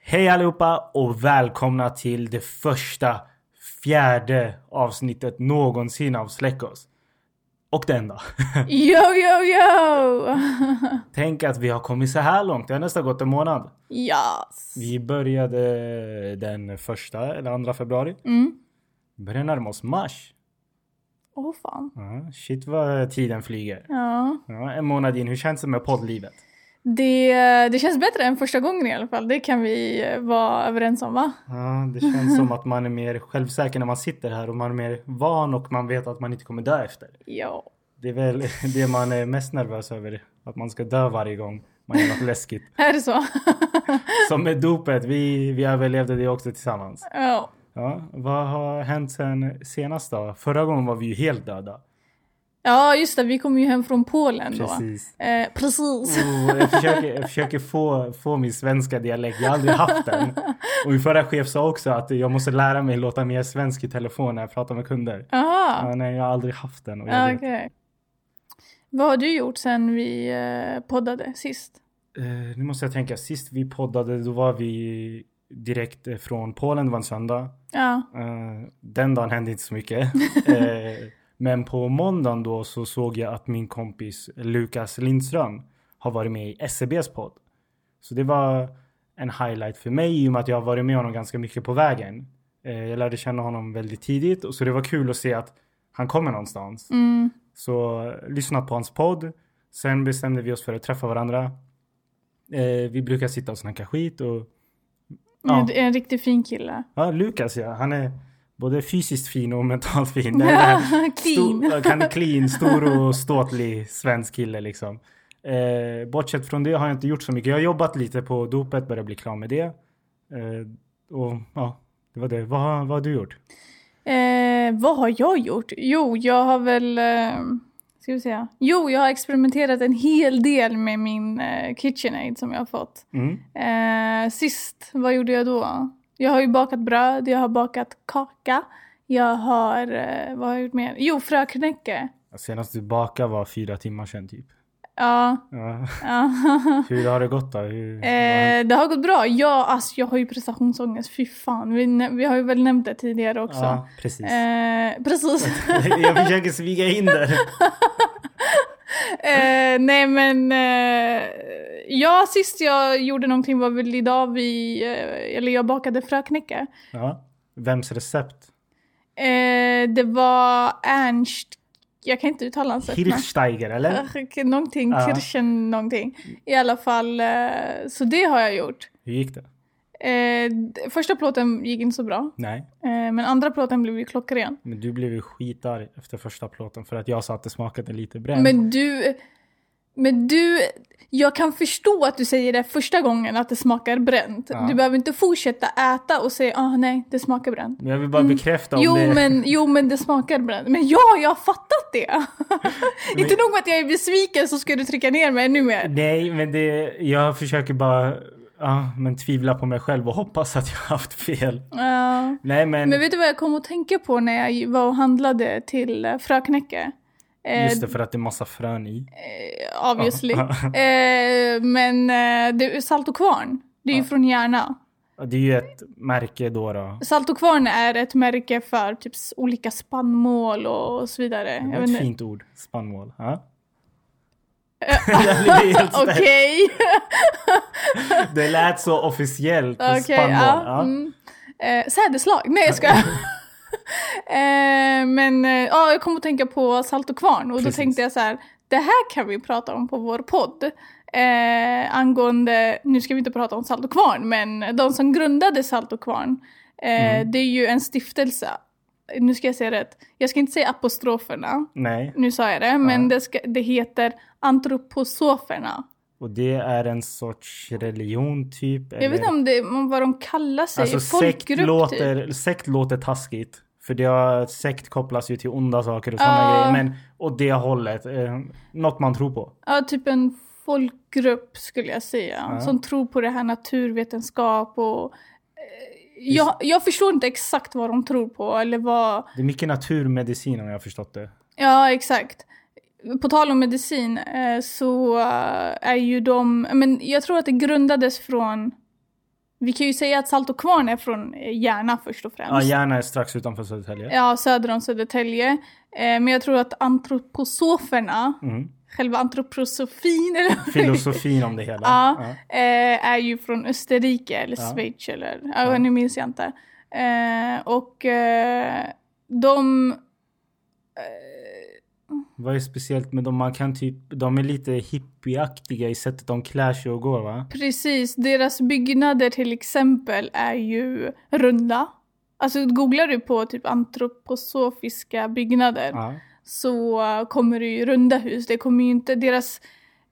Hej allihopa och välkomna till det första fjärde avsnittet någonsin av Släckos. Och det enda. Yo, yo, yo! Tänk att vi har kommit så här långt. Det har nästan gått en månad. yes. Vi började den första eller andra februari. Mm. Börjar närma oss mars. Åh fan. Ja, shit vad tiden flyger. Ja. Ja, en månad in. Hur känns det med poddlivet? Det, det känns bättre än första gången i alla fall. Det kan vi eh, vara överens om va? Ja, det känns som att man är mer självsäker när man sitter här och man är mer van och man vet att man inte kommer dö efter. Ja. Det är väl det man är mest nervös över. Att man ska dö varje gång man gör något läskigt. Är det så? Som med dopet. Vi, vi överlevde det också tillsammans. ja. Ja, vad har hänt sen senast då? Förra gången var vi ju helt döda. ja, just det. Vi kom ju hem från Polen då. Precis. Eh, precis. Oh, jag försöker, jag försöker få, få min svenska dialekt. Jag har aldrig haft den. Och min förra chef sa också att jag måste lära mig låta mer svensk i telefon när jag pratar med kunder. Jaha. Ja, nej, jag har aldrig haft den. Och jag Ja, vet- Okej. Vad har du gjort sen vi eh, poddade sist? Eh, nu måste jag tänka. Sist vi poddade då var vi direkt eh, från Polen. Det var en söndag. Ja. Eh, den dagen hände inte så mycket. Eh, men på måndagen då så såg jag att min kompis Lukas Lindström har varit med i SEBs podd. Så det var en highlight för mig i och med att jag har varit med honom ganska mycket på vägen. Eh, jag lärde känna honom väldigt tidigt och så det var kul att se att han kommer någonstans. Mm. Så eh, lyssna på hans podd. Sen bestämde vi oss för att träffa varandra. Eh, vi brukar sitta och snacka skit och Ja. En, en riktigt fin kille. Ja, Lukas ja. Han är både fysiskt fin och mentalt fin. Det är Clean. Stor, ja, han är clean, stor och ståtlig svensk kille liksom. Eh, bortsett från det har jag inte gjort så mycket. Jag har jobbat lite på dopet, börjat bli klar med det. Eh, och ja, det var det. Vad, har- vad har du gjort? Eh, vad har jag gjort? Jo, jag har väl... Eh, ska vi säga? Jo, jag har experimenterat en hel del med min eh, KitchenAid som jag har fått. Mm. Eh, sist, vad gjorde jag då? Jag har ju bakat bröd, jag har bakat kaka. Jag har... Eh, vad har jag gjort mer? Jo, fröknäcke. Senast du bakade var fyra timmar sedan typ. Ja. Ja. ja. Hur har det gått då? Hur, Eh, det har gått bra. Ja, alltså, jag har ju prestationsångest. Fy fan. Vi, nä- vi har ju väl nämnt det tidigare också. Ja, precis. Eh, precis. jag försöker smyga in där. Eh, nej men, eh, ja sist jag gjorde någonting var väl idag vi, eh, eller jag bakade fröknäcke. Ja. Vems recept? Eh, det var Ernst, jag kan inte uttala hans efternamn. Hirschsteiger eller? Ach, Någonting, Ja. Kirchen någonting. I alla fall, eh, så det har jag gjort. Hur gick det? Eh, d- första plåten gick inte så bra, Nej. eh, men andra plåten blev ju klockren. Men du blev ju skitarg efter första plåten för att jag sa att det smakade lite bränt. Men du, men du, jag kan förstå att du säger det första gången att det smakar bränt. Ja. Du behöver inte fortsätta äta och säga ah nej, det smakar bränt. Men jag vill bara bekräfta om Mm. Jo det... men, jo men det smakar bränt. Men ja, jag har fattat det! inte nog med att jag är besviken så ska du trycka ner mig ännu mer. Nej, men det... Jag försöker bara... Ja, men tvivla på mig själv och hoppas att jag har haft fel. Ja. Nej, Mm. men... Men vet du vad jag kom att tänka på när jag var och handlade till eh, Fröknäcke? Eh, Just det, för att det är massa frön i. eh, Obviously. eh, men eh, det är Salt och Kvarn. Det är ju Ja. från Järna. Och Det är ju ett märke då. då. Salt och kvarn är ett märke för typ s- olika spannmål och och så vidare. Det var Jag vet ett inte. fint ord. Spannmål. Ja. jag blev helt ställd. Okej, Det lät så officiellt. okej. Alltså, spannmål. ja, Ja. mm. eh, sädeslag, nej jag skojar. eh, men eh, ja, jag kom att tänka på salt och kvarn och Precis. då tänkte jag så här, det här kan vi prata om på vår podd. Eh, angående, nu ska vi inte prata om salt och kvarn, men de som grundade salt och kvarn, eh, Mm. det är ju en stiftelse. Nu ska jag säga rätt, jag ska inte säga apostroferna. Nej, Nu sa jag det, men Ja. det, ska, det heter antroposoferna. och det är en sorts religion typ. Jag vet inte om det, om vad de kallar sig. Alltså sekt Folkgrupp typ. låter, sekt låter taskigt. För det har, sekt kopplas ju till onda saker och sådana Ja. grejer. Men åt det hållet. Eh, något man tror på. Ja, typ en folkgrupp skulle jag säga. Ja. Som tror på det här naturvetenskap och... eh, Jag, jag förstår inte exakt vad de tror på eller vad... Det är mycket naturmedicin om jag har förstått det. Ja, exakt. På tal om medicin eh, så eh, är ju de... Men jag tror att det grundades från Vi kan ju säga att Salt och Kvarn är från eh, Järna först och främst. Ja, Järna är strax utanför Södertälje. Ja, söder om Södertälje. Eh, men jag tror att antroposoferna, Mm. själva antroposofin eller Filosofin om det hela. Ja. Ja. eh, är ju från Österrike eller Ja. Schweiz eller, Ja. ja. nu minns jag inte. Eh, och eh, de, Vad är speciellt med dem? Man kan typ, de är lite hippieaktiga i sättet de klär sig och går va? precis, deras byggnader till exempel är ju runda. Alltså googlar du på typ antroposofiska byggnader Ja. så eh, kommer det ju runda hus. Det kommer ju inte, deras,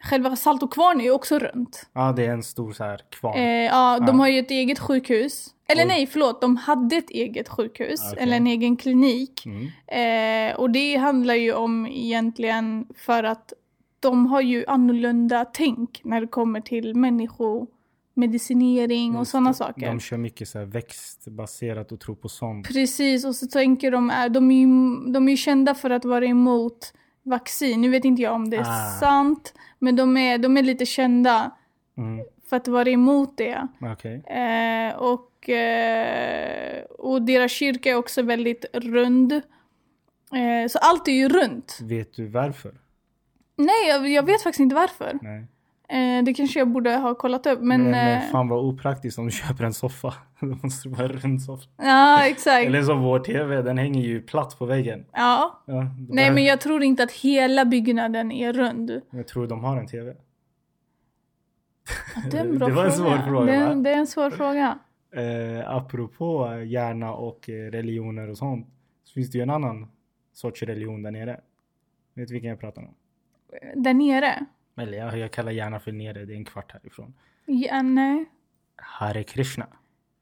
själva Salt och Kvarn är ju också runt. ja, det är en stor så här kvarn. Eh, ja, de Ja. har ju ett eget sjukhus. Eller Oj. nej, förlåt. De hade ett eget sjukhus, Ah, Okej. eller en egen klinik. Mm. Eh, och det handlar ju om egentligen för att de har ju annorlunda tänk när det kommer till människomedicinering och Just sådana det. saker. De kör mycket så här växtbaserat och tror på sånt. Precis, och så tänker de, är, de, är ju, de är ju kända för att vara emot vaccin. Nu vet inte jag om det är Ah. sant, men de är, de är lite kända Mm. för att vara emot det. Okej. Eh, och, eh, och deras kyrka är också väldigt rund. Eh, så allt är ju runt. Vet du varför? Nej, jag, jag vet faktiskt inte varför. Nej. Eh, det kanske jag borde ha kollat upp. Men, Men, men eh, fan vad opraktiskt om du köper en soffa. Då måste det vara en rund soffa. ja, exakt. Eller som vår tv, den hänger ju platt på väggen. Ja. Ja, det Nej, behöver- men jag tror inte att hela byggnaden är rund. jag tror de har en tv. Det, är en bra Det var en svår fråga, det, va? är, det är en svår fråga. Eh, apropå hjärna och eh, religioner och sånt. Så finns det ju en annan sorts religion där nere. Vet du vilken jag pratar om? Där nere? Eller jag, jag kallar hjärna för nere, det är en kvart härifrån. Ja, nej. Hare Krishna.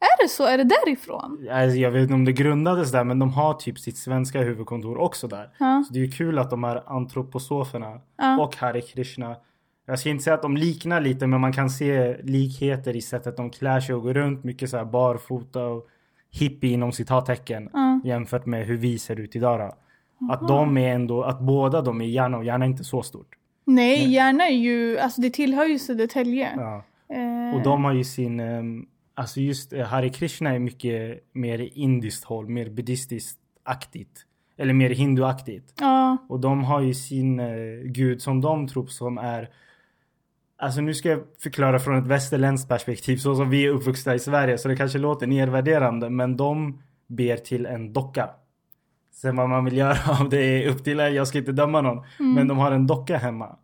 Är det så? Är det därifrån? Alltså, jag vet inte om det grundades där men de har typ sitt svenska huvudkontor också där. Ja. Så det är ju kul att de här antroposoferna Ja. och Hare Krishna. Jag ska inte säga att de liknar lite men man kan se likheter i sättet de klär sig och går runt. Mycket så här barfota och hippie inom citattecken. Ja. Jämfört med hur vi ser ut idag då. Att de är ändå, att båda de är hjärna och hjärna är inte så stort. Nej, Järna är ju... Alltså det tillhör ju Södertälje. Ja. Eh, Och de har ju sin, ehm, alltså just eh, Hare Krishna är mycket mer indiskt håll, mer buddhistiskt aktigt. Eller mer hinduaktigt. ja. Och de har ju sin eh, gud som de tror på som är Alltså nu ska jag förklara från ett västerländskt perspektiv så som vi är uppvuxna i Sverige så det kanske låter nedvärderande men de ber till en docka. Sen vad man vill göra av det är upp till er, jag ska inte döma någon. mm. Men de har en docka hemma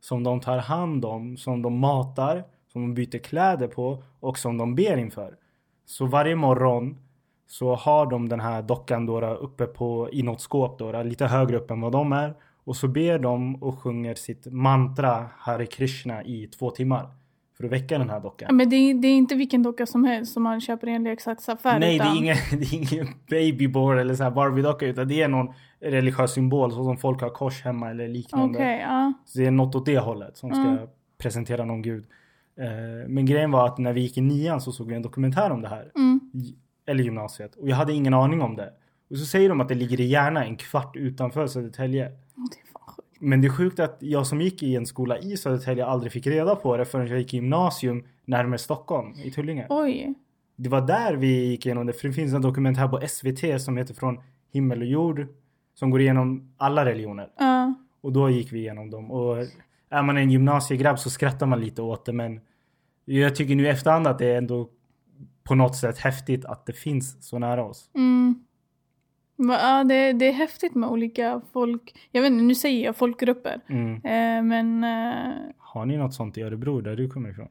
som de tar hand om, som de matar, som de byter kläder på och som de ber inför. Så varje morgon så har de den här dockan då då uppe på i något skåp då, då lite högre upp än vad de är och så ber de och sjunger sitt mantra Hare Krishna i två timmar för att väcka den här Ja, dockan. Men det är, det är inte vilken docka som helst som man köper i en leksaksaffär. Nej, det utan- är ingen, det är ingen babyborn eller så här Barbie-docka utan det är någon religiös symbol så som folk har kors hemma eller liknande. Okej, ja. Så det är något åt det hållet som ska Mm. presentera någon gud. Eh, Men grejen var att när vi gick i nian så såg vi en dokumentär om det här. Mm. i- eller gymnasiet och jag hade ingen aning om det. Och så säger de att det ligger i Järna en kvart utanför Södertälje. Åh, Det är fan sjukt. Men det är sjukt att jag som gick i en skola i Södertälje aldrig fick reda på det förrän jag gick i gymnasium närmare Stockholm i Tullinge. Oj. Det var där vi gick igenom det för det finns en dokument här på SVT som heter Från himmel och jord som går igenom alla religioner. Ja. Och då gick vi igenom dem. Och är man en gymnasiegrabb så skrattar man lite åt det. Men jag tycker nu i efterhand att det är ändå på något sätt häftigt att det finns så nära oss. Mm. Va- Ja, det, det är häftigt med olika folk. Jag vet inte, nu säger jag folkgrupper. Mm. Eh, men... Eh, Har ni något sånt i Örebro där du kommer ifrån?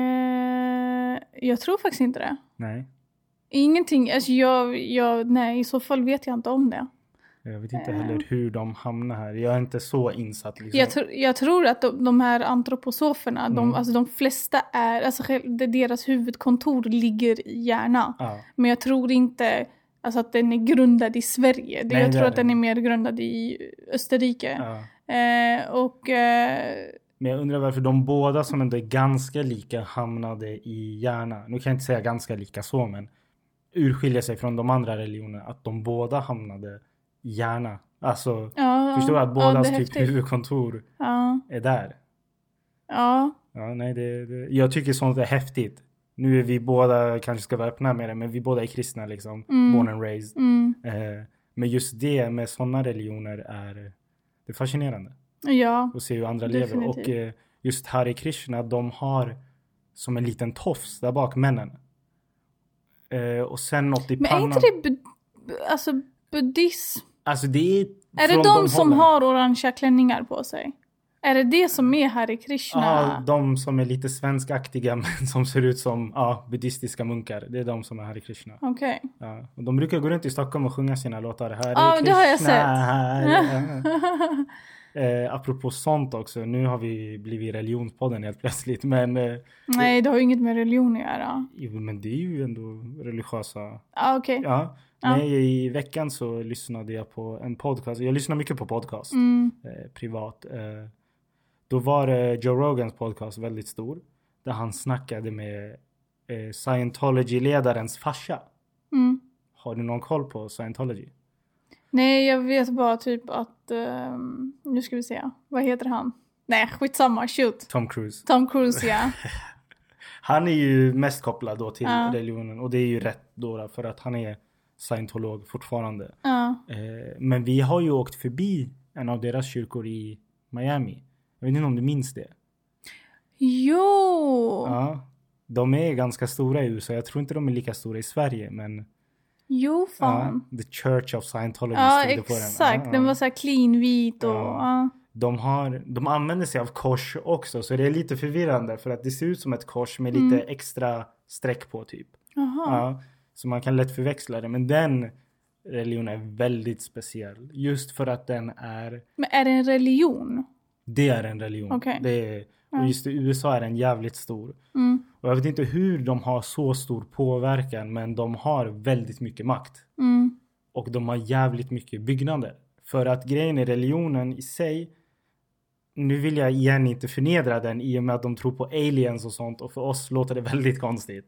eh, jag tror faktiskt inte det. Nej, Ingenting. Alltså jag, jag... Nej, i så fall vet jag inte om det. jag vet inte heller hur de hamnar här. Jag är inte så insatt. Liksom. Eh. Jag, tr- jag tror att de, de här antroposoferna, de, Mm. alltså de flesta är, alltså själv- det- deras huvudkontor ligger i Järna. ja. Men jag tror inte alltså, att den är grundad i Sverige. Nej, jag det tror är att den är den. mer grundad i Österrike. Ja. Eh, och eh, Men jag undrar varför de båda som ändå är ganska lika hamnade i Järna. Nu kan jag inte säga ganska lika så men urskiljer sig från de andra religionerna. Att de båda hamnade i Järna. Alltså ja, Förstår du ja, att bådas det är typ häftigt. huvudkontor Ja, är där? ja, Ja, nej, det, det, jag tycker sånt är häftigt. Nu är vi båda, kanske ska vara öppna med det, men vi båda är kristna liksom. Mm. Born and raised. Mm. Eh, men just det med sådana religioner är, det är fascinerande. Ja. Och se hur andra lever. Definitivt. Och eh, just Hare Krishna, de har som en liten tofs där bak, männen. Eh, och sen något i Men är pannan. inte det bu- bu- alltså buddhism? Alltså det är Är det från de som hållen. har orangea klänningar på sig? Är det det som är Hare Krishna? Ja, de som är lite svenskaktiga men som ser ut som ja, buddhistiska munkar. Det är de som är Hare Krishna. Okej. Ja. Och de brukar gå runt i Stockholm och sjunga sina låtar. Hare Ja, Krishna, det har jag sett. Hare... eh, apropå sånt också, nu har vi blivit religionspodden helt plötsligt. Men, eh, Nej, det har ju inget med religion att göra. jo, men det är ju ändå religiösa... Ah, Okej. Ja. Ja. Nej, i veckan så lyssnade jag på en podcast. Jag lyssnar mycket på podcast. Mm. eh, privat. Eh, då var det Joe Rogans podcast väldigt stor. Där han snackade med eh, scientology-ledarens farsa. Mm. Har du någon koll på scientology? Nej, jag vet bara typ att... ehm, nu ska vi se. Vad heter han? Nej, skitsamma. Shoot. Tom Cruise. Tom Cruise, ja. Han är ju mest kopplad då till Ja. religionen och det är ju rätt då då, för att han är scientolog fortfarande. Ja. Eh, men vi har ju åkt förbi en av deras kyrkor i Miami. Jag vet inte om du minns det? Jo! Ja. De är ganska stora i USA. Jag tror inte de är lika stora i Sverige men Jo, fan. Ja, The Church of Scientology Ja, stod det på den. exakt. Ja, Den ja. var så här cleanvit och... Ja. Ja. de, har, de använder sig av kors också så det är lite förvirrande för att det ser ut som ett kors med lite Mm. extra streck på typ. Jaha. Ja, så man kan lätt förväxla det men den religionen är väldigt speciell just för att den är Men är det en religion? det är en religion. Okej. Det är, och Ja. just i USA är den jävligt stor. Mm. Och jag vet inte hur de har så stor påverkan men de har väldigt mycket makt. Mm. och de har jävligt mycket byggnader. För att grejen är religionen i sig, nu vill jag igen inte förnedra den i och med att de tror på aliens och sånt och för oss låter det väldigt konstigt.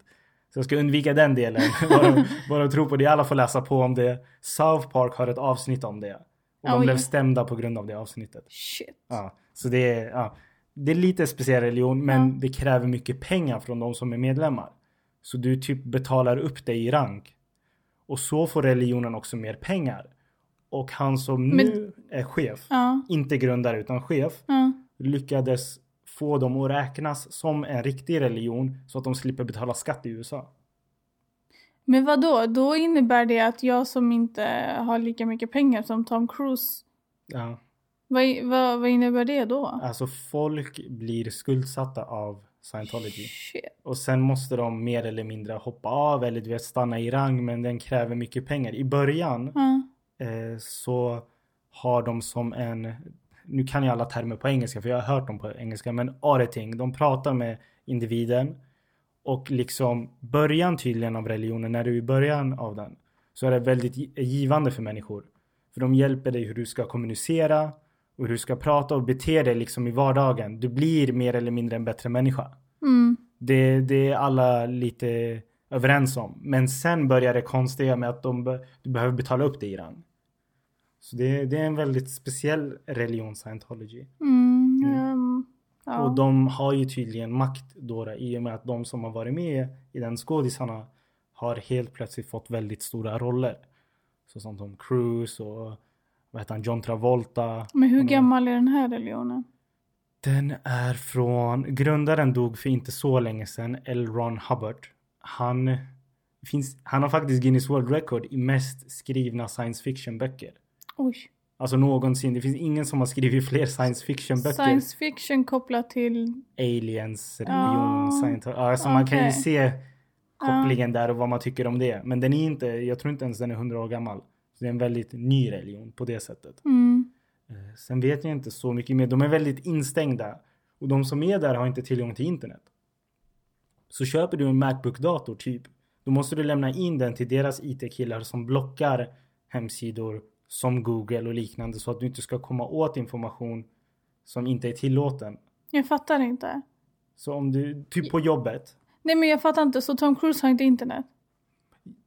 Så jag ska undvika den delen, vad de, vad de tror på det. Alla får läsa på om det. South Park har ett avsnitt om det. Och de Oj. blev stämda på grund av det avsnittet. Shit. Ja, så det är, ja, det är lite speciell religion men Ja. det kräver mycket pengar från de som är medlemmar. Så du typ betalar upp dig i rank. Och så får religionen också mer pengar. Och han som Men- nu är chef, Ja. inte grundare utan chef, ja. lyckades få dem att räknas som en riktig religion så att de slipper betala skatt i USA. Men vad då? Då innebär det att jag som inte har lika mycket pengar som Tom Cruise, Ja. vad, i- vad, vad innebär det då? Alltså folk blir skuldsatta av scientology. Shit. Och sen måste de mer eller mindre hoppa av eller du vet stanna i rang men den kräver mycket pengar. I början Ja. eh, så har de som en, nu kan jag alla termer på engelska för jag har hört dem på engelska, men auditing. De pratar med individen och liksom början tydligen av religionen, när du är i början av den, så är det väldigt gi- givande för människor. För de hjälper dig hur du ska kommunicera och hur du ska prata och bete dig liksom i vardagen. Du blir mer eller mindre en bättre människa. Mm. Det, det är alla lite överens om. Men sen börjar det konstiga med att de, be- du behöver betala upp det i rang. Så det, det är en väldigt speciell religion, scientology. Mm. Mm. ehm, ja. Och de har ju tydligen makt då, då i och med att de som har varit med i den skådisarna har helt plötsligt fått väldigt stora roller. Så som Tom Cruise och vad heter han, John Travolta. Men hur Och de- gammal är den här religionen? Den är från, grundaren dog för inte så länge sedan, L. Ron Hubbard. Han, finns, han har faktiskt Guinness World Record i mest skrivna science fiction böcker. Oj. Alltså någonsin, det finns ingen som har skrivit fler science fiction böcker. Science fiction kopplat till... Aliens, Ah, religion, scientology. Ja, alltså man kan ju okej. Ah. se kopplingen där och vad man tycker om det. Men den är inte, jag tror inte ens den är hundra år gammal. Så det är en väldigt ny religion på det sättet. Mm. Eh, Sen vet jag inte så mycket mer. De är väldigt instängda. Och de som är där har inte tillgång till internet. Så köper du en Macbook-dator typ. Då måste du lämna in den till deras IT-killar som blockar hemsidor som Google och liknande så att du inte ska komma åt information som inte är tillåten. Jag fattar inte. Så om du, typ på jobbet. Nej men jag fattar inte, så Tom Cruise har inte internet?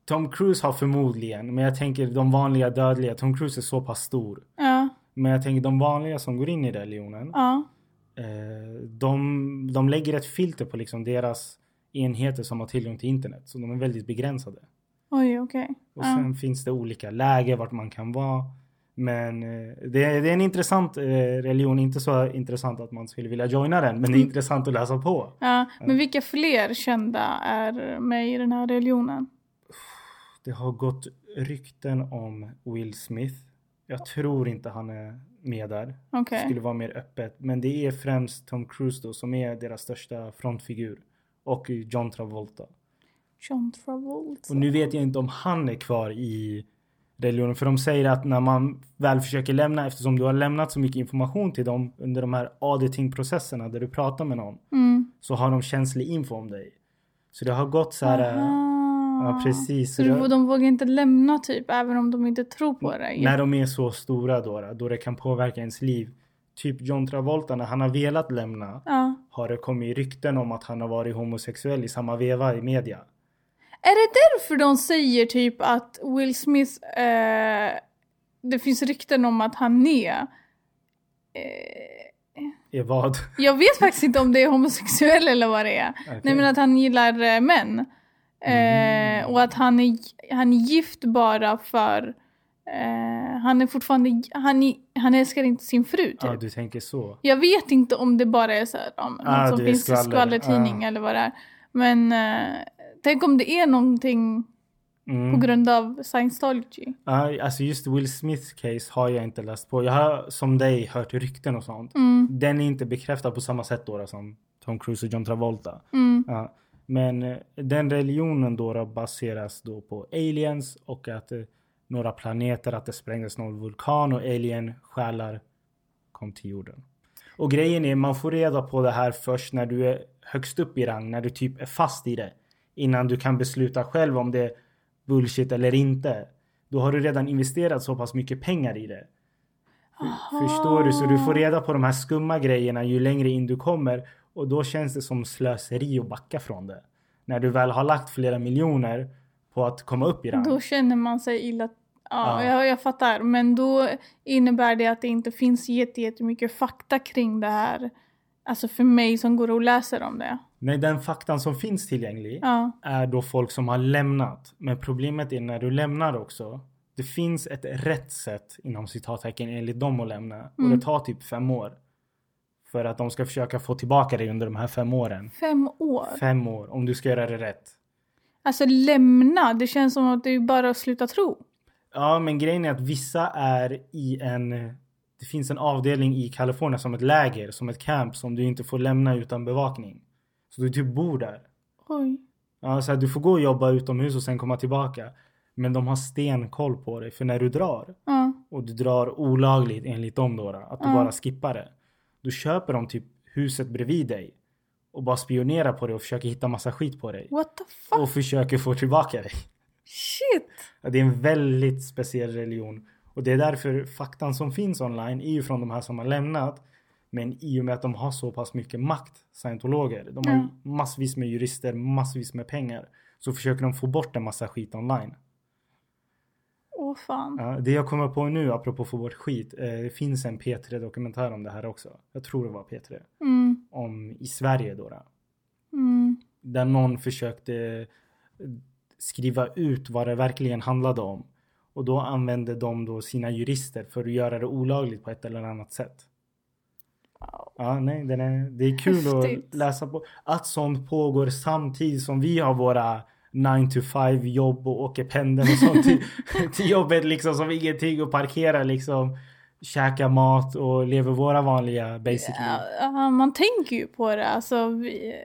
Tom Cruise har förmodligen, men jag tänker de vanliga dödliga. Tom Cruise är så pass stor. Ja. Men jag tänker de vanliga som går in i religionen. Ja. Eh, de, de lägger ett filter på liksom deras enheter som har tillgång till internet. Så de är väldigt begränsade. Oj, okej. Och Ja. sen finns det olika läger vart man kan vara. Men eh, det är, det är en intressant eh, religion, inte så intressant att man skulle vilja joina den, men det är Mm. intressant att läsa på. Ja, men vilka fler kända är med i den här religionen? Det har gått rykten om Will Smith. Jag tror inte han är med där. Okej. skulle vara mer öppet. Men det är främst Tom Cruise då som är deras största frontfigur. Och John Travolta. John Travolta. Och nu vet jag inte om han är kvar i religionen. För de säger att när man väl försöker lämna, eftersom du har lämnat så mycket information till dem under de här auditing-processerna där du pratar med någon. Mm. Så har de känslig info om dig. Så det har gått så här. eh, Aha. Ja precis. Så du- de vågar inte lämna typ, även om de inte tror på dig? När de är så stora då, då det kan påverka ens liv. Typ John Travolta när han har velat lämna Ja. har det kommit rykten om att han har varit homosexuell i samma veva i media. Är det därför de säger typ att Will Smith, eh, det finns rykten om att han är eh, Är vad? jag vet faktiskt inte om det är homosexuell eller vad det är. Okej. Nej men att han gillar eh, män. Eh, Mm. och att han är, han är gift bara för... Eh, han är fortfarande... Han, är- han älskar inte sin fru typ. ah, du tänker så. Jag vet inte om det bara är så här, om Ah, något som det är finns i skvaller. skvallertidning eller vad det är. Men eh, tänk om det är någonting Mm. på grund av scientology. Ja, alltså just Will Smiths case har jag inte läst på. Jag har som dig hört rykten och sånt. Mm, Den är inte bekräftad på samma sätt då som Tom Cruise och John Travolta. mm, Ja. Men eh, den religionen då då baseras då på aliens och att eh, några planeter, att det sprängdes någon vulkan och alien själar kom till jorden. Och grejen är man får reda på det här först när du är högst upp i rang, när du typ är fast i det. Innan du kan besluta själv om det är bullshit eller inte. Då har du redan investerat så pass mycket pengar i det. F- Förstår du? Så du får reda på de här skumma grejerna ju längre in du kommer och då känns det som slöseri att backa från det. När du väl har lagt flera miljoner på att komma upp i rang. Då känner man sig illa. Ja. Ja, Jag, jag fattar. Men då innebär det att det inte finns jätte- jättemycket fakta kring det här. Alltså för mig som går och läser om det. Nej, den faktan som finns tillgänglig Ja. är då folk som har lämnat. Men problemet är när du lämnar också. Det finns ett rätt sätt inom citattecken enligt dem att lämna och Mm. det tar typ fem år. För att de ska försöka få tillbaka dig under de här fem åren. Fem år. Fem år om du ska göra det rätt. Alltså lämna. Det känns som att det är bara att sluta tro. Ja, men grejen är att vissa är i en... Det finns en avdelning i Kalifornien som ett läger, som ett camp som du inte får lämna utan bevakning. Så du typ bor där. Oj. Ja, så här, du får gå och jobba utomhus och sen komma tillbaka. Men de har stenkoll på dig, för när du drar Ja. och du drar olagligt enligt dem då, då att du Ja. bara skippar det. Då köper de typ huset bredvid dig och bara spionerar på dig och försöker hitta massa skit på dig. What the fuck? Och försöker få tillbaka dig. Shit. Ja, Det är en väldigt speciell religion. Och det är därför faktan som finns online är ju från de här som har lämnat. Men i och med att de har så pass mycket makt, scientologer. De har ju Ja. massvis med jurister, massvis med pengar. Så försöker de få bort en massa skit online. Åh fan. Ja, det jag kommer på nu, apropå få bort skit. eh, Det finns en P3-dokumentär om det här också. Jag tror det var P3. Mm. Om i Sverige då. då. Mm. där någon försökte eh, skriva ut vad det verkligen handlade om. Och då använde de då sina jurister för att göra det olagligt på ett eller annat sätt. Ja, nej, den är, det är kul Häftigt. att läsa på. Att sånt pågår samtidigt som vi har våra 9 to 5 jobb och åker pendeln och sånt till, till jobbet liksom som ingenting och parkerar liksom. Käkar mat och lever våra vanliga basic liv. Ja, man tänker ju på det. Alltså, vi,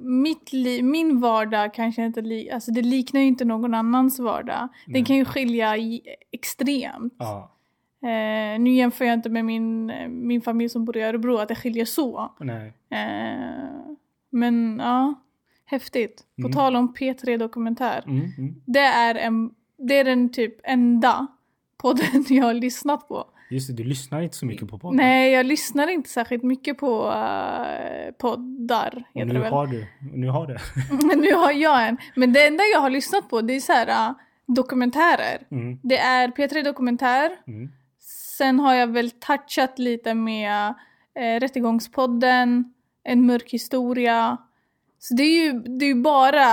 mitt li, min vardag kanske inte li, alltså, det liknar ju inte någon annans vardag. Den Nej. kan ju skilja i, extremt. Mm. Ja, Eh, nu jämför jag inte med min, min familj som bor i Örebro, att det skiljer så. nej. Eh, men ja, häftigt. På Mm. tal om P3-dokumentär. Mm, mm. Det, är en, det är den typ enda podden jag har lyssnat på. Just det, du lyssnar inte så mycket på podden. Nej, jag lyssnar inte särskilt mycket på eh, poddar. Och Heter nu det väl. har du. och Nu har du. Men nu har jag en. Men det enda jag har lyssnat på det är så här eh, dokumentärer. Mm, Det är P3 Dokumentär. mm, Sen har jag väl touchat lite med eh, Rättegångspodden, En mörk historia. Så det är ju, det är ju bara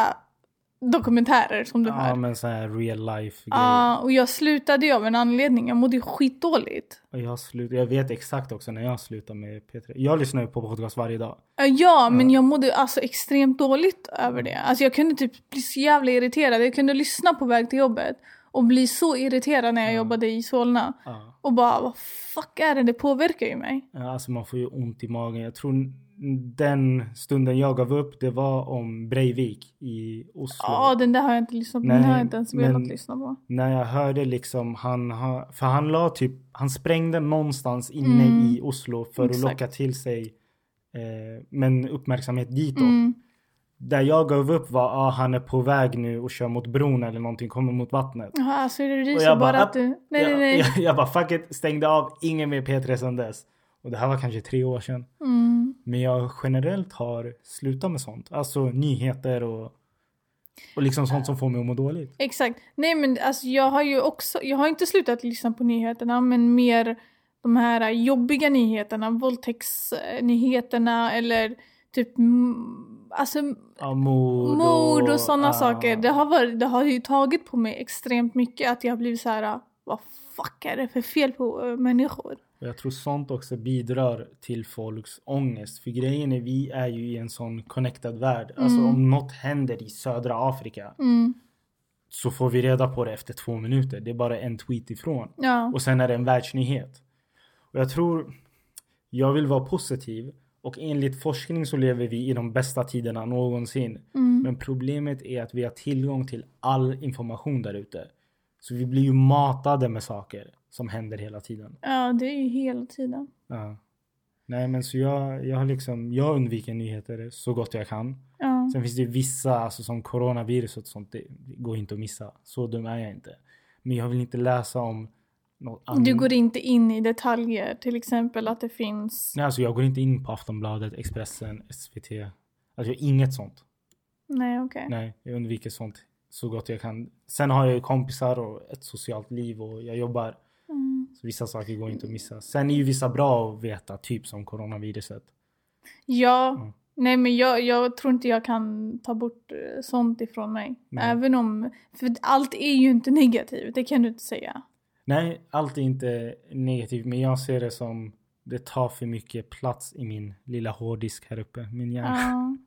dokumentärer som du Ja, hör. men så här real life grejer. Ja, och jag slutade ju av en anledning. Jag mådde ju skitdåligt. Och jag, slut, jag vet exakt också när jag slutar med P3. Jag lyssnar ju på podcast varje dag. Ja, Eh, ja, men jag mådde alltså extremt dåligt över det. Alltså jag kunde typ bli så jävla irriterad. Jag kunde lyssna på väg till jobbet och bli så irriterad när jag Mm. jobbade i Solna. Ja. Och bara, vad fuck är det? Det påverkar ju mig. Ja, Alltså man får ju ont i magen. Jag tror n- den stunden jag gav upp det var om Breivik i Oslo. Ja, den där har jag inte lyssnat på. Den Nej, har jag inte ens velat men- lyssna på. När jag hörde liksom han har, för han la typ, han sprängde någonstans inne i Oslo för att Mm. Exakt. locka till sig eh, men uppmärksamhet ditåt. Mm. Där jag gav upp var, ah, han är på väg nu och kör mot bron eller någonting, kommer mot vattnet. Jaha, alltså är det Och riset jag bara, bara, att du... jag, Nej, nej, nej. Jag, jag bara fuck it, stängde av, ingen mer P3 sedan dess. Och det här var kanske tre år sedan. Mm. Men jag generellt har slutat med sånt. Alltså nyheter och, och liksom sånt som får mig att må dåligt. Exakt. Nej men alltså jag har ju också, jag har inte slutat lyssna på nyheterna men mer de här jobbiga nyheterna, våldtäktsnyheterna eller typ mm, alltså Ja, mord, mord och Ah. sådana ja. saker. Det har, varit, det har ju tagit på mig extremt mycket att jag har blivit så här vad fuck är det för fel på eh, människor? Och jag tror sånt också bidrar till folks ångest. För grejen är vi är ju i en sån connected värld. Alltså om något händer i södra Afrika Mm. så får vi reda på det efter två minuter. Det är bara en tweet ifrån. Ja. Och sen är det en världsnyhet. Och jag tror, jag vill vara positiv och enligt forskning så lever vi i de bästa tiderna någonsin. Men problemet är att vi har tillgång till all information där ute. Så vi blir ju matade med saker som händer hela tiden. ja, det är ju hela tiden. Ja. Nej men så jag, jag har liksom, jag undviker nyheter så gott jag kan. Ja. Sen finns det vissa, alltså som coronavirus och sånt, det går inte att missa. Så dum är jag inte. Men jag vill inte läsa om något annat. Du går inte in i detaljer, till exempel att det finns... Nej, alltså jag går inte in på Aftonbladet, Expressen, SVT. Alltså jag har inget sånt. Nej, okej. Nej, jag undviker sånt så gott jag kan. Sen har jag ju kompisar och ett socialt liv och jag jobbar. Mm. Så vissa saker går inte att missa. Sen är ju vissa bra att veta, typ som coronaviruset. Ja, Mm. nej men jag, jag tror inte jag kan ta bort eh, sånt ifrån mig. Nej. Även om, för allt är ju inte negativt, det kan du inte säga. Nej, allt är inte negativt, men jag ser det som det tar för mycket plats i min lilla hårddisk här uppe, min hjärna. Ja,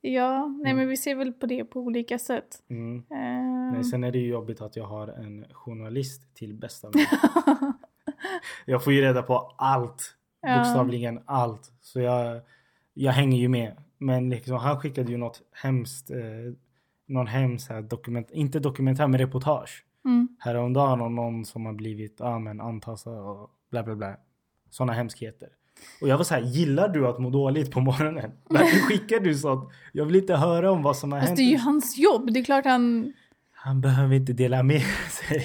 ja nej Mm. men vi ser väl på det på olika sätt. Mm. Ehm, Nej, sen är det ju jobbigt att jag har en journalist till bästa vän. jag får ju reda på allt. Ja. Bokstavligen allt. Så jag, jag hänger ju med. Men liksom, han skickade ju något hemskt, eh, någon hemsk så här dokument, inte dokumentär men reportage. mm, Häromdagen om någon som har blivit ja, men antassad och bla bla bla. Sådana hemskheter. Och jag var så här, gillar du att må dåligt på morgonen? Varför skickar du sånt? Jag vill inte höra om vad som har fast hänt. det är ju hans jobb, det är klart han... Han behöver inte dela med sig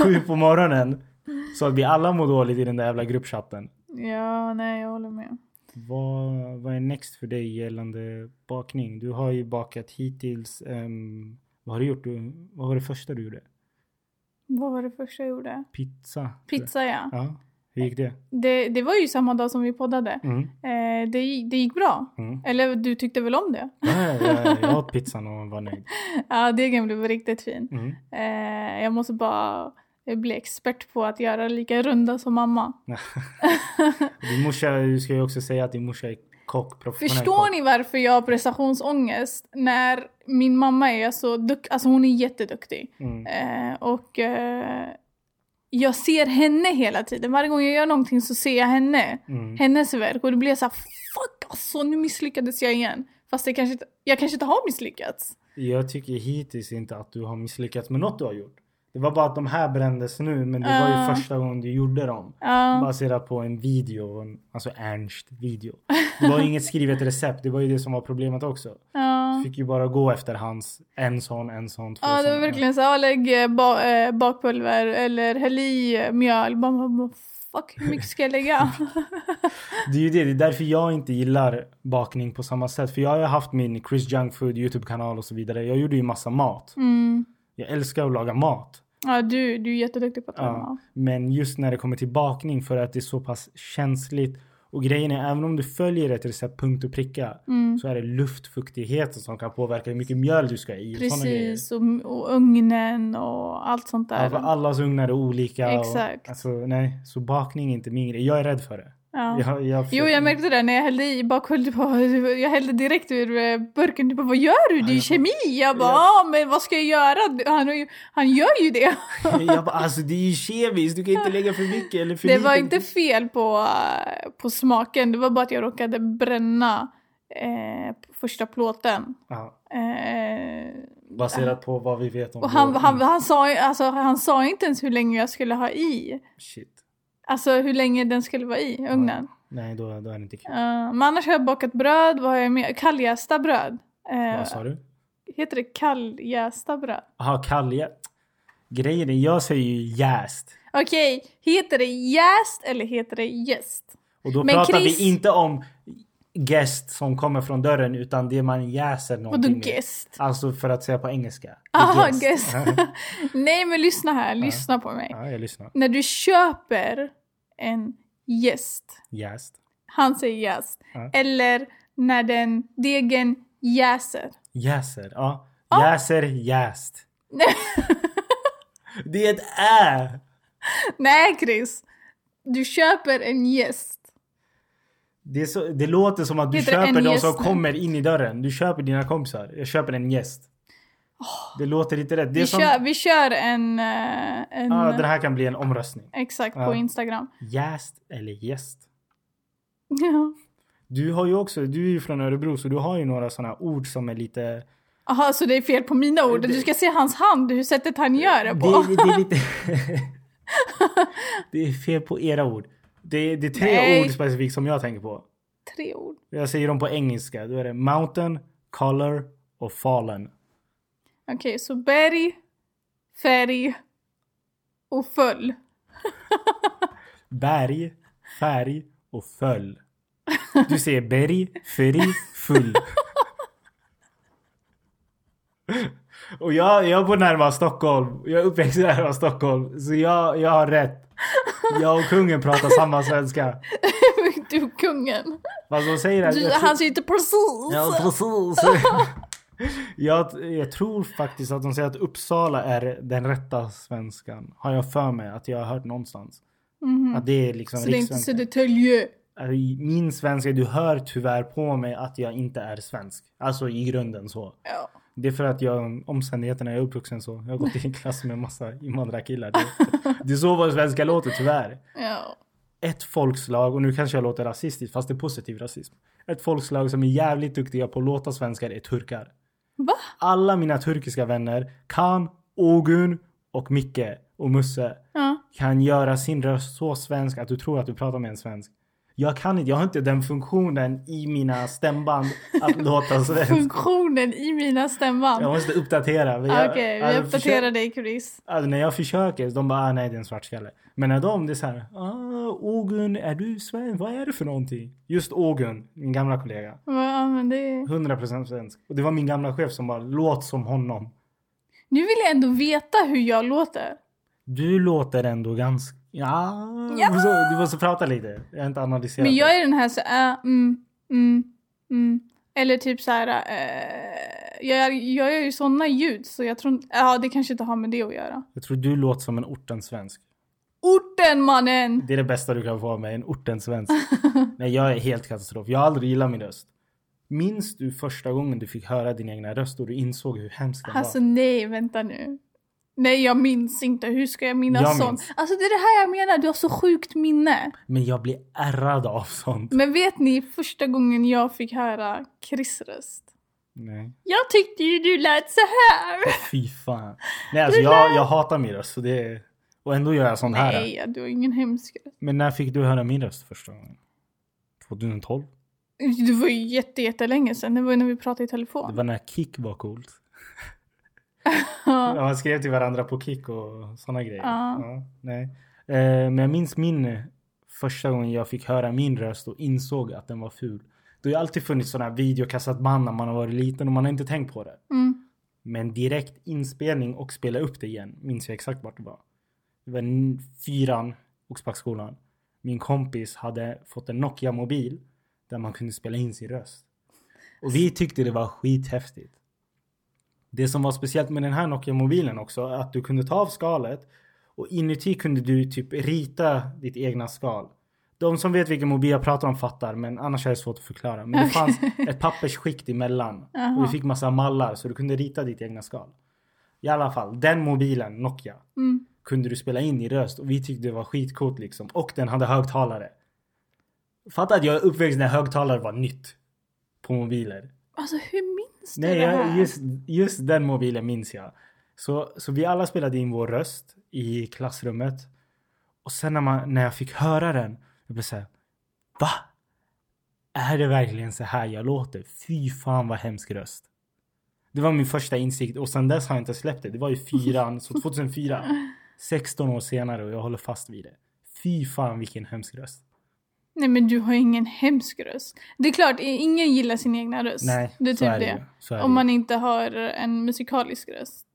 sju på morgonen. Så att vi alla mår dåligt i den där jävla gruppchatten. Ja, nej jag håller med. Vad, vad är next för dig gällande bakning? Du har ju bakat hittills. ehm, vad har du gjort? Du, vad var det första du gjorde? Vad var det första jag gjorde? Pizza? tror jag. Pizza ja. Ja. Hur gick det? Det, det var ju samma dag som vi poddade. Mm. Eh, det, gi- det gick bra. Mm. Eller du tyckte väl om det? Ja, jag, jag åt pizzan och var nöjd. Ja, degen blev riktigt fin. Mm. Eh, jag måste bara bli expert på att göra lika runda som mamma. Din morsa, du ska ju också säga att din morsa är kock, professionell Förstår kock. ni varför jag har prestationsångest när min mamma är så duktig? Alltså hon är jätteduktig. Mm. Eh, och eh, jag ser henne hela tiden. Varje gång jag gör någonting så ser jag henne. Mm. Hennes verk. Och det blir så här, fuck alltså nu misslyckades jag igen. Fast jag kanske, inte- jag kanske inte har misslyckats. Jag tycker hittills inte att du har misslyckats med något du har gjort. Det var bara att de här brändes nu men det var Ah. ju första gången du gjorde dem. Ja. Baserat på en video, en, alltså Ernst video. Det var ju inget skrivet recept, det var ju det som var problemet också. ja. Du fick ju bara gå efter hans en sån, en sån, två Ja, det var såna. verkligen så. här, Lägg eh, ba- eh, bakpulver eller häll i eh, mjöl. Bara, man bara, fuck, hur mycket ska jag lägga? Det är ju det, det är därför jag inte gillar bakning på samma sätt. För jag har ju haft min Chris Junk Food YouTube-kanal och så vidare. Jag gjorde ju massa mat. Mm. Jag älskar att laga mat. Ja, du, du är jätteduktig på att Ja. ja. Men just när det kommer till bakning för att det är så pass känsligt Och grejen är även om du följer ett recept punkt och pricka Mm. så är det luftfuktigheten som kan påverka hur mycket mjöl du ska ha i. och såna grejer. Precis, och, och ugnen och allt sånt där. Ja, för allas ugnar är olika. Exakt. Och, alltså, nej, så bakning är inte min grej. Jag är rädd för det. Ja. Jag, jag Jo, försöker- jag märkte det när jag hällde i bakhåll. du bara- Jag hällde direkt ur eh, burken. Du bara, vad gör du? Det är ju jag- kemi. Jag bara, ja. men vad ska jag göra? Han, har ju- han gör ju det. jag bara, alltså det är ju kemiskt. Du kan inte lägga för mycket eller för Det lite. var inte fel på, eh, på smaken. Det var bara att jag råkade bränna eh, på första plåten. Ja, Eh, baserat på vad vi vet om och han, vår- han, han, sa, ju- alltså, han sa inte ens hur länge jag skulle ha i. Shit. Alltså hur länge den skulle vara i ugnen. Nej, då, då är det inte kul. Eh, men annars har jag bakat bröd. Vad har jag mer? Kalljästa bröd. Eh, Vad sa du? Heter det kalljästa bröd? Jaha, kalja. Grejen är, jag säger ju jäst. Okej, heter det jäst eller heter det gäst? Och då Men pratar Chris- vi inte om gäst som kommer från dörren utan det man jäser Vadå någonting med. gäst? Alltså för att säga på engelska. Aha, Guest. gäst. Nej men lyssna här, lyssna på mig. ja, jag lyssnar. När du köper en gäst, Jäst. han säger jäst. Ja. Eller när den degen jäser. Jäser. Ja. Jäser, jäst. det är ett ä. Nej Chris! Du köper en gäst. Det, är så, det låter som att du Heter det en köper de gäst som nu? kommer in i dörren. Du köper dina kompisar. Jag köper en gäst. Det låter inte rätt. Det är Vi, som, kör, vi kör en... eh, en eh, ja, den här kan bli en omröstning. Exakt, på Ja. Instagram. Jäst eller gäst? Ja. Du har ju också, du är ju från Örebro så du har ju några sådana ord som är lite... Aha, så det är fel på mina ord. Du ska se hans hand, hur sättet han gör Det, det det på. är lite... det är fel på era ord. Det, det är tre Nej. ord specifikt som jag tänker på. Tre ord. Jag säger dem på engelska. Då är det mountain, color och fallen. Okej, så berg, färg och full. Berg, färg och föll. Du säger berg, färg, full. Och jag, jag bor närmare Stockholm. Jag är uppväxt närmare Stockholm. Så jag, jag har rätt. Jag och kungen pratar samma svenska. du kungen. Fast de säger att... Du, jag tror- han ser ju inte precis. Ja, precis. jag, jag tror faktiskt att de säger att Uppsala är den rätta svenskan. Har jag för mig att jag har hört någonstans. Att det är liksom Mhm. så det är inte rikssvenska. Södertälje. Alltså, i Min svenska, du hör tyvärr på mig att jag inte är svensk. Alltså i grunden så. Ja. Det är för att jag, omständigheterna, jag är uppvuxen så. Jag har gått i en klass med massa invandrarkillar. Det, det är så vår svenska låter tyvärr. ja. Ett folkslag, och nu kanske jag låter rasistisk fast det är positiv rasism. Ett folkslag som är jävligt duktiga på att låta svenskar är turkar. Va? Alla mina turkiska vänner, Kan, Ogun och Micke och Musse Ja. kan göra sin röst så svensk att du tror att du pratar med en svensk. Jag kan inte, jag har inte den funktionen i mina stämband att låta svensk. Funktionen i mina stämband. Jag måste uppdatera. men jag- Okej, vi alltså, uppdaterar dig Chris. Alltså, när jag försöker, de bara ah, nej det är en svartskalle. Men när de, det är så här, ah, Ogun, är du svensk? Vad är det för någonting? Just Ogun, min gamla kollega. Ja, men det... 100% svensk. Och det var min gamla chef som bara, låt som honom. Nu vill jag ändå veta hur jag låter. Du låter ändå ganska... Ja, Ja! Så, du måste prata lite. Jag har inte analyserat Men jag det. är den här så äh, mm, mm, mm. Eller typ så här, äh, jag, jag gör ju såna ljud så jag tror inte- ja det kanske inte har med det att göra. Jag tror du låter som en ortensvensk. Orten mannen! Det är det bästa du kan få av mig, en ortensvensk. nej, jag är helt katastrof. Jag har aldrig gillat min röst. Minns du första gången du fick höra din egna röst och du insåg hur hemskt den Alltså var? nej, vänta nu. Nej jag minns inte, hur ska jag minnas Jag sånt? minns. Alltså det är det här jag menar, du har så sjukt minne. Men jag blir ärrad av sånt. Men vet ni första gången jag fick höra Chris röst? Nej. Jag tyckte ju du lät så här. Fy fan. Nej, alltså jag, jag hatar min röst. Så det är... Och ändå gör jag sånt här. Nej, du har ingen hemsk röst. Men när fick du höra min röst första gången? 2012? Det var ju jätte, jättelänge sedan, det var ju när vi pratade i Det telefon. var när Kik var coolt. Ja, man skrev till varandra på Kik och sådana grejer. Ja. Ja, nej. Eh, Men jag minns min första gången jag fick höra min röst och insåg att den var ful. Det har ju alltid funnits sådana här videokassettband när man har varit liten och man har inte tänkt på det. Mm. Men direkt inspelning och spela upp det igen minns jag exakt vart det var. Det var n- fyran, Oxbacksskolan. min kompis hade fått en Nokia-mobil där man kunde spela in sin röst. Och vi tyckte det var skithäftigt. Det som var speciellt med den här Nokia-mobilen också är att du kunde ta av skalet och inuti kunde du typ rita ditt egna skal. De som vet vilken mobil jag pratar om fattar men annars är det svårt att förklara. Men det Okej. fanns ett pappersskikt emellan och Jaha. vi fick massa mallar så du kunde rita ditt egna skal. I alla fall, den mobilen, Nokia, Mm. kunde du spela in i röst och vi tyckte det var skitcoolt liksom. Och den hade högtalare. Fatta att jag är uppväxt när högtalare var nytt. På mobiler. Alltså hur minns du Nej, det jag, här? just, just den mobilen minns jag. Så, så vi alla spelade in vår röst i klassrummet. Och sen när, man, när jag fick höra den, jag blev såhär, va? Är det verkligen så här jag låter? Fy fan vad hemsk röst. Det var min första insikt och sen dess har jag inte släppt det. Det var ju fyran, så 2004. 16 år senare och jag håller fast vid det. Fy fan vilken hemsk röst. Nej men du har ingen hemsk röst. Det är klart, i- ingen gillar sin egna röst. Nej, det är så typ är det, ju. det. Så är Om det. man inte har en musikalisk röst.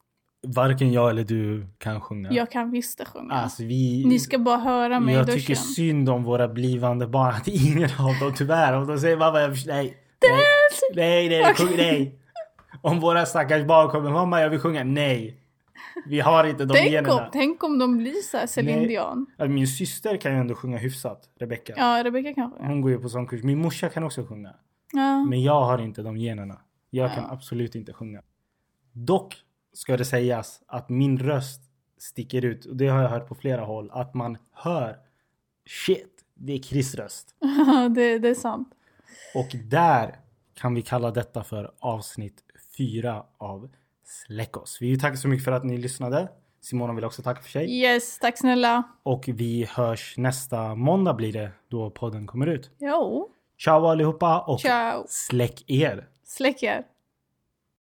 ju. Varken jag eller du kan sjunga. Jag kan visst det sjunga. Alltså vi... Ni ska bara höra mig i Jag duschen. tycker synd om våra blivande barn att ingen av dem tyvärr om de säger mamma jag förs- nej. Nej, nej, nej, sjung, Okej. nej. Om våra stackars barn kommer mamma jag vill sjunga nej. Vi har inte de tänk, om, generna. tänk om de blir såhär Céline Nej. Dion. Alltså, Min syster kan ju ändå sjunga hyfsat, Rebecca. Ja, Rebecca kan sjunga. Hon går ju på sån kurs. Min morsa kan också sjunga. Ja. Men jag har inte de generna. Jag kan Ja. absolut inte sjunga. Dock ska det sägas att min röst sticker ut. Och det har jag hört på flera håll. Att man hör shit, det är Chris röst. det, det är sant. Och där kan vi kalla detta för avsnitt 4 av Släckos. Vi tackar så mycket för att ni lyssnade. Simona vill också tacka för sig. Yes, tack snälla. Och vi hörs nästa måndag blir det då podden kommer ut. Jo. Ciao allihopa och Ciao. släck er! Släck er.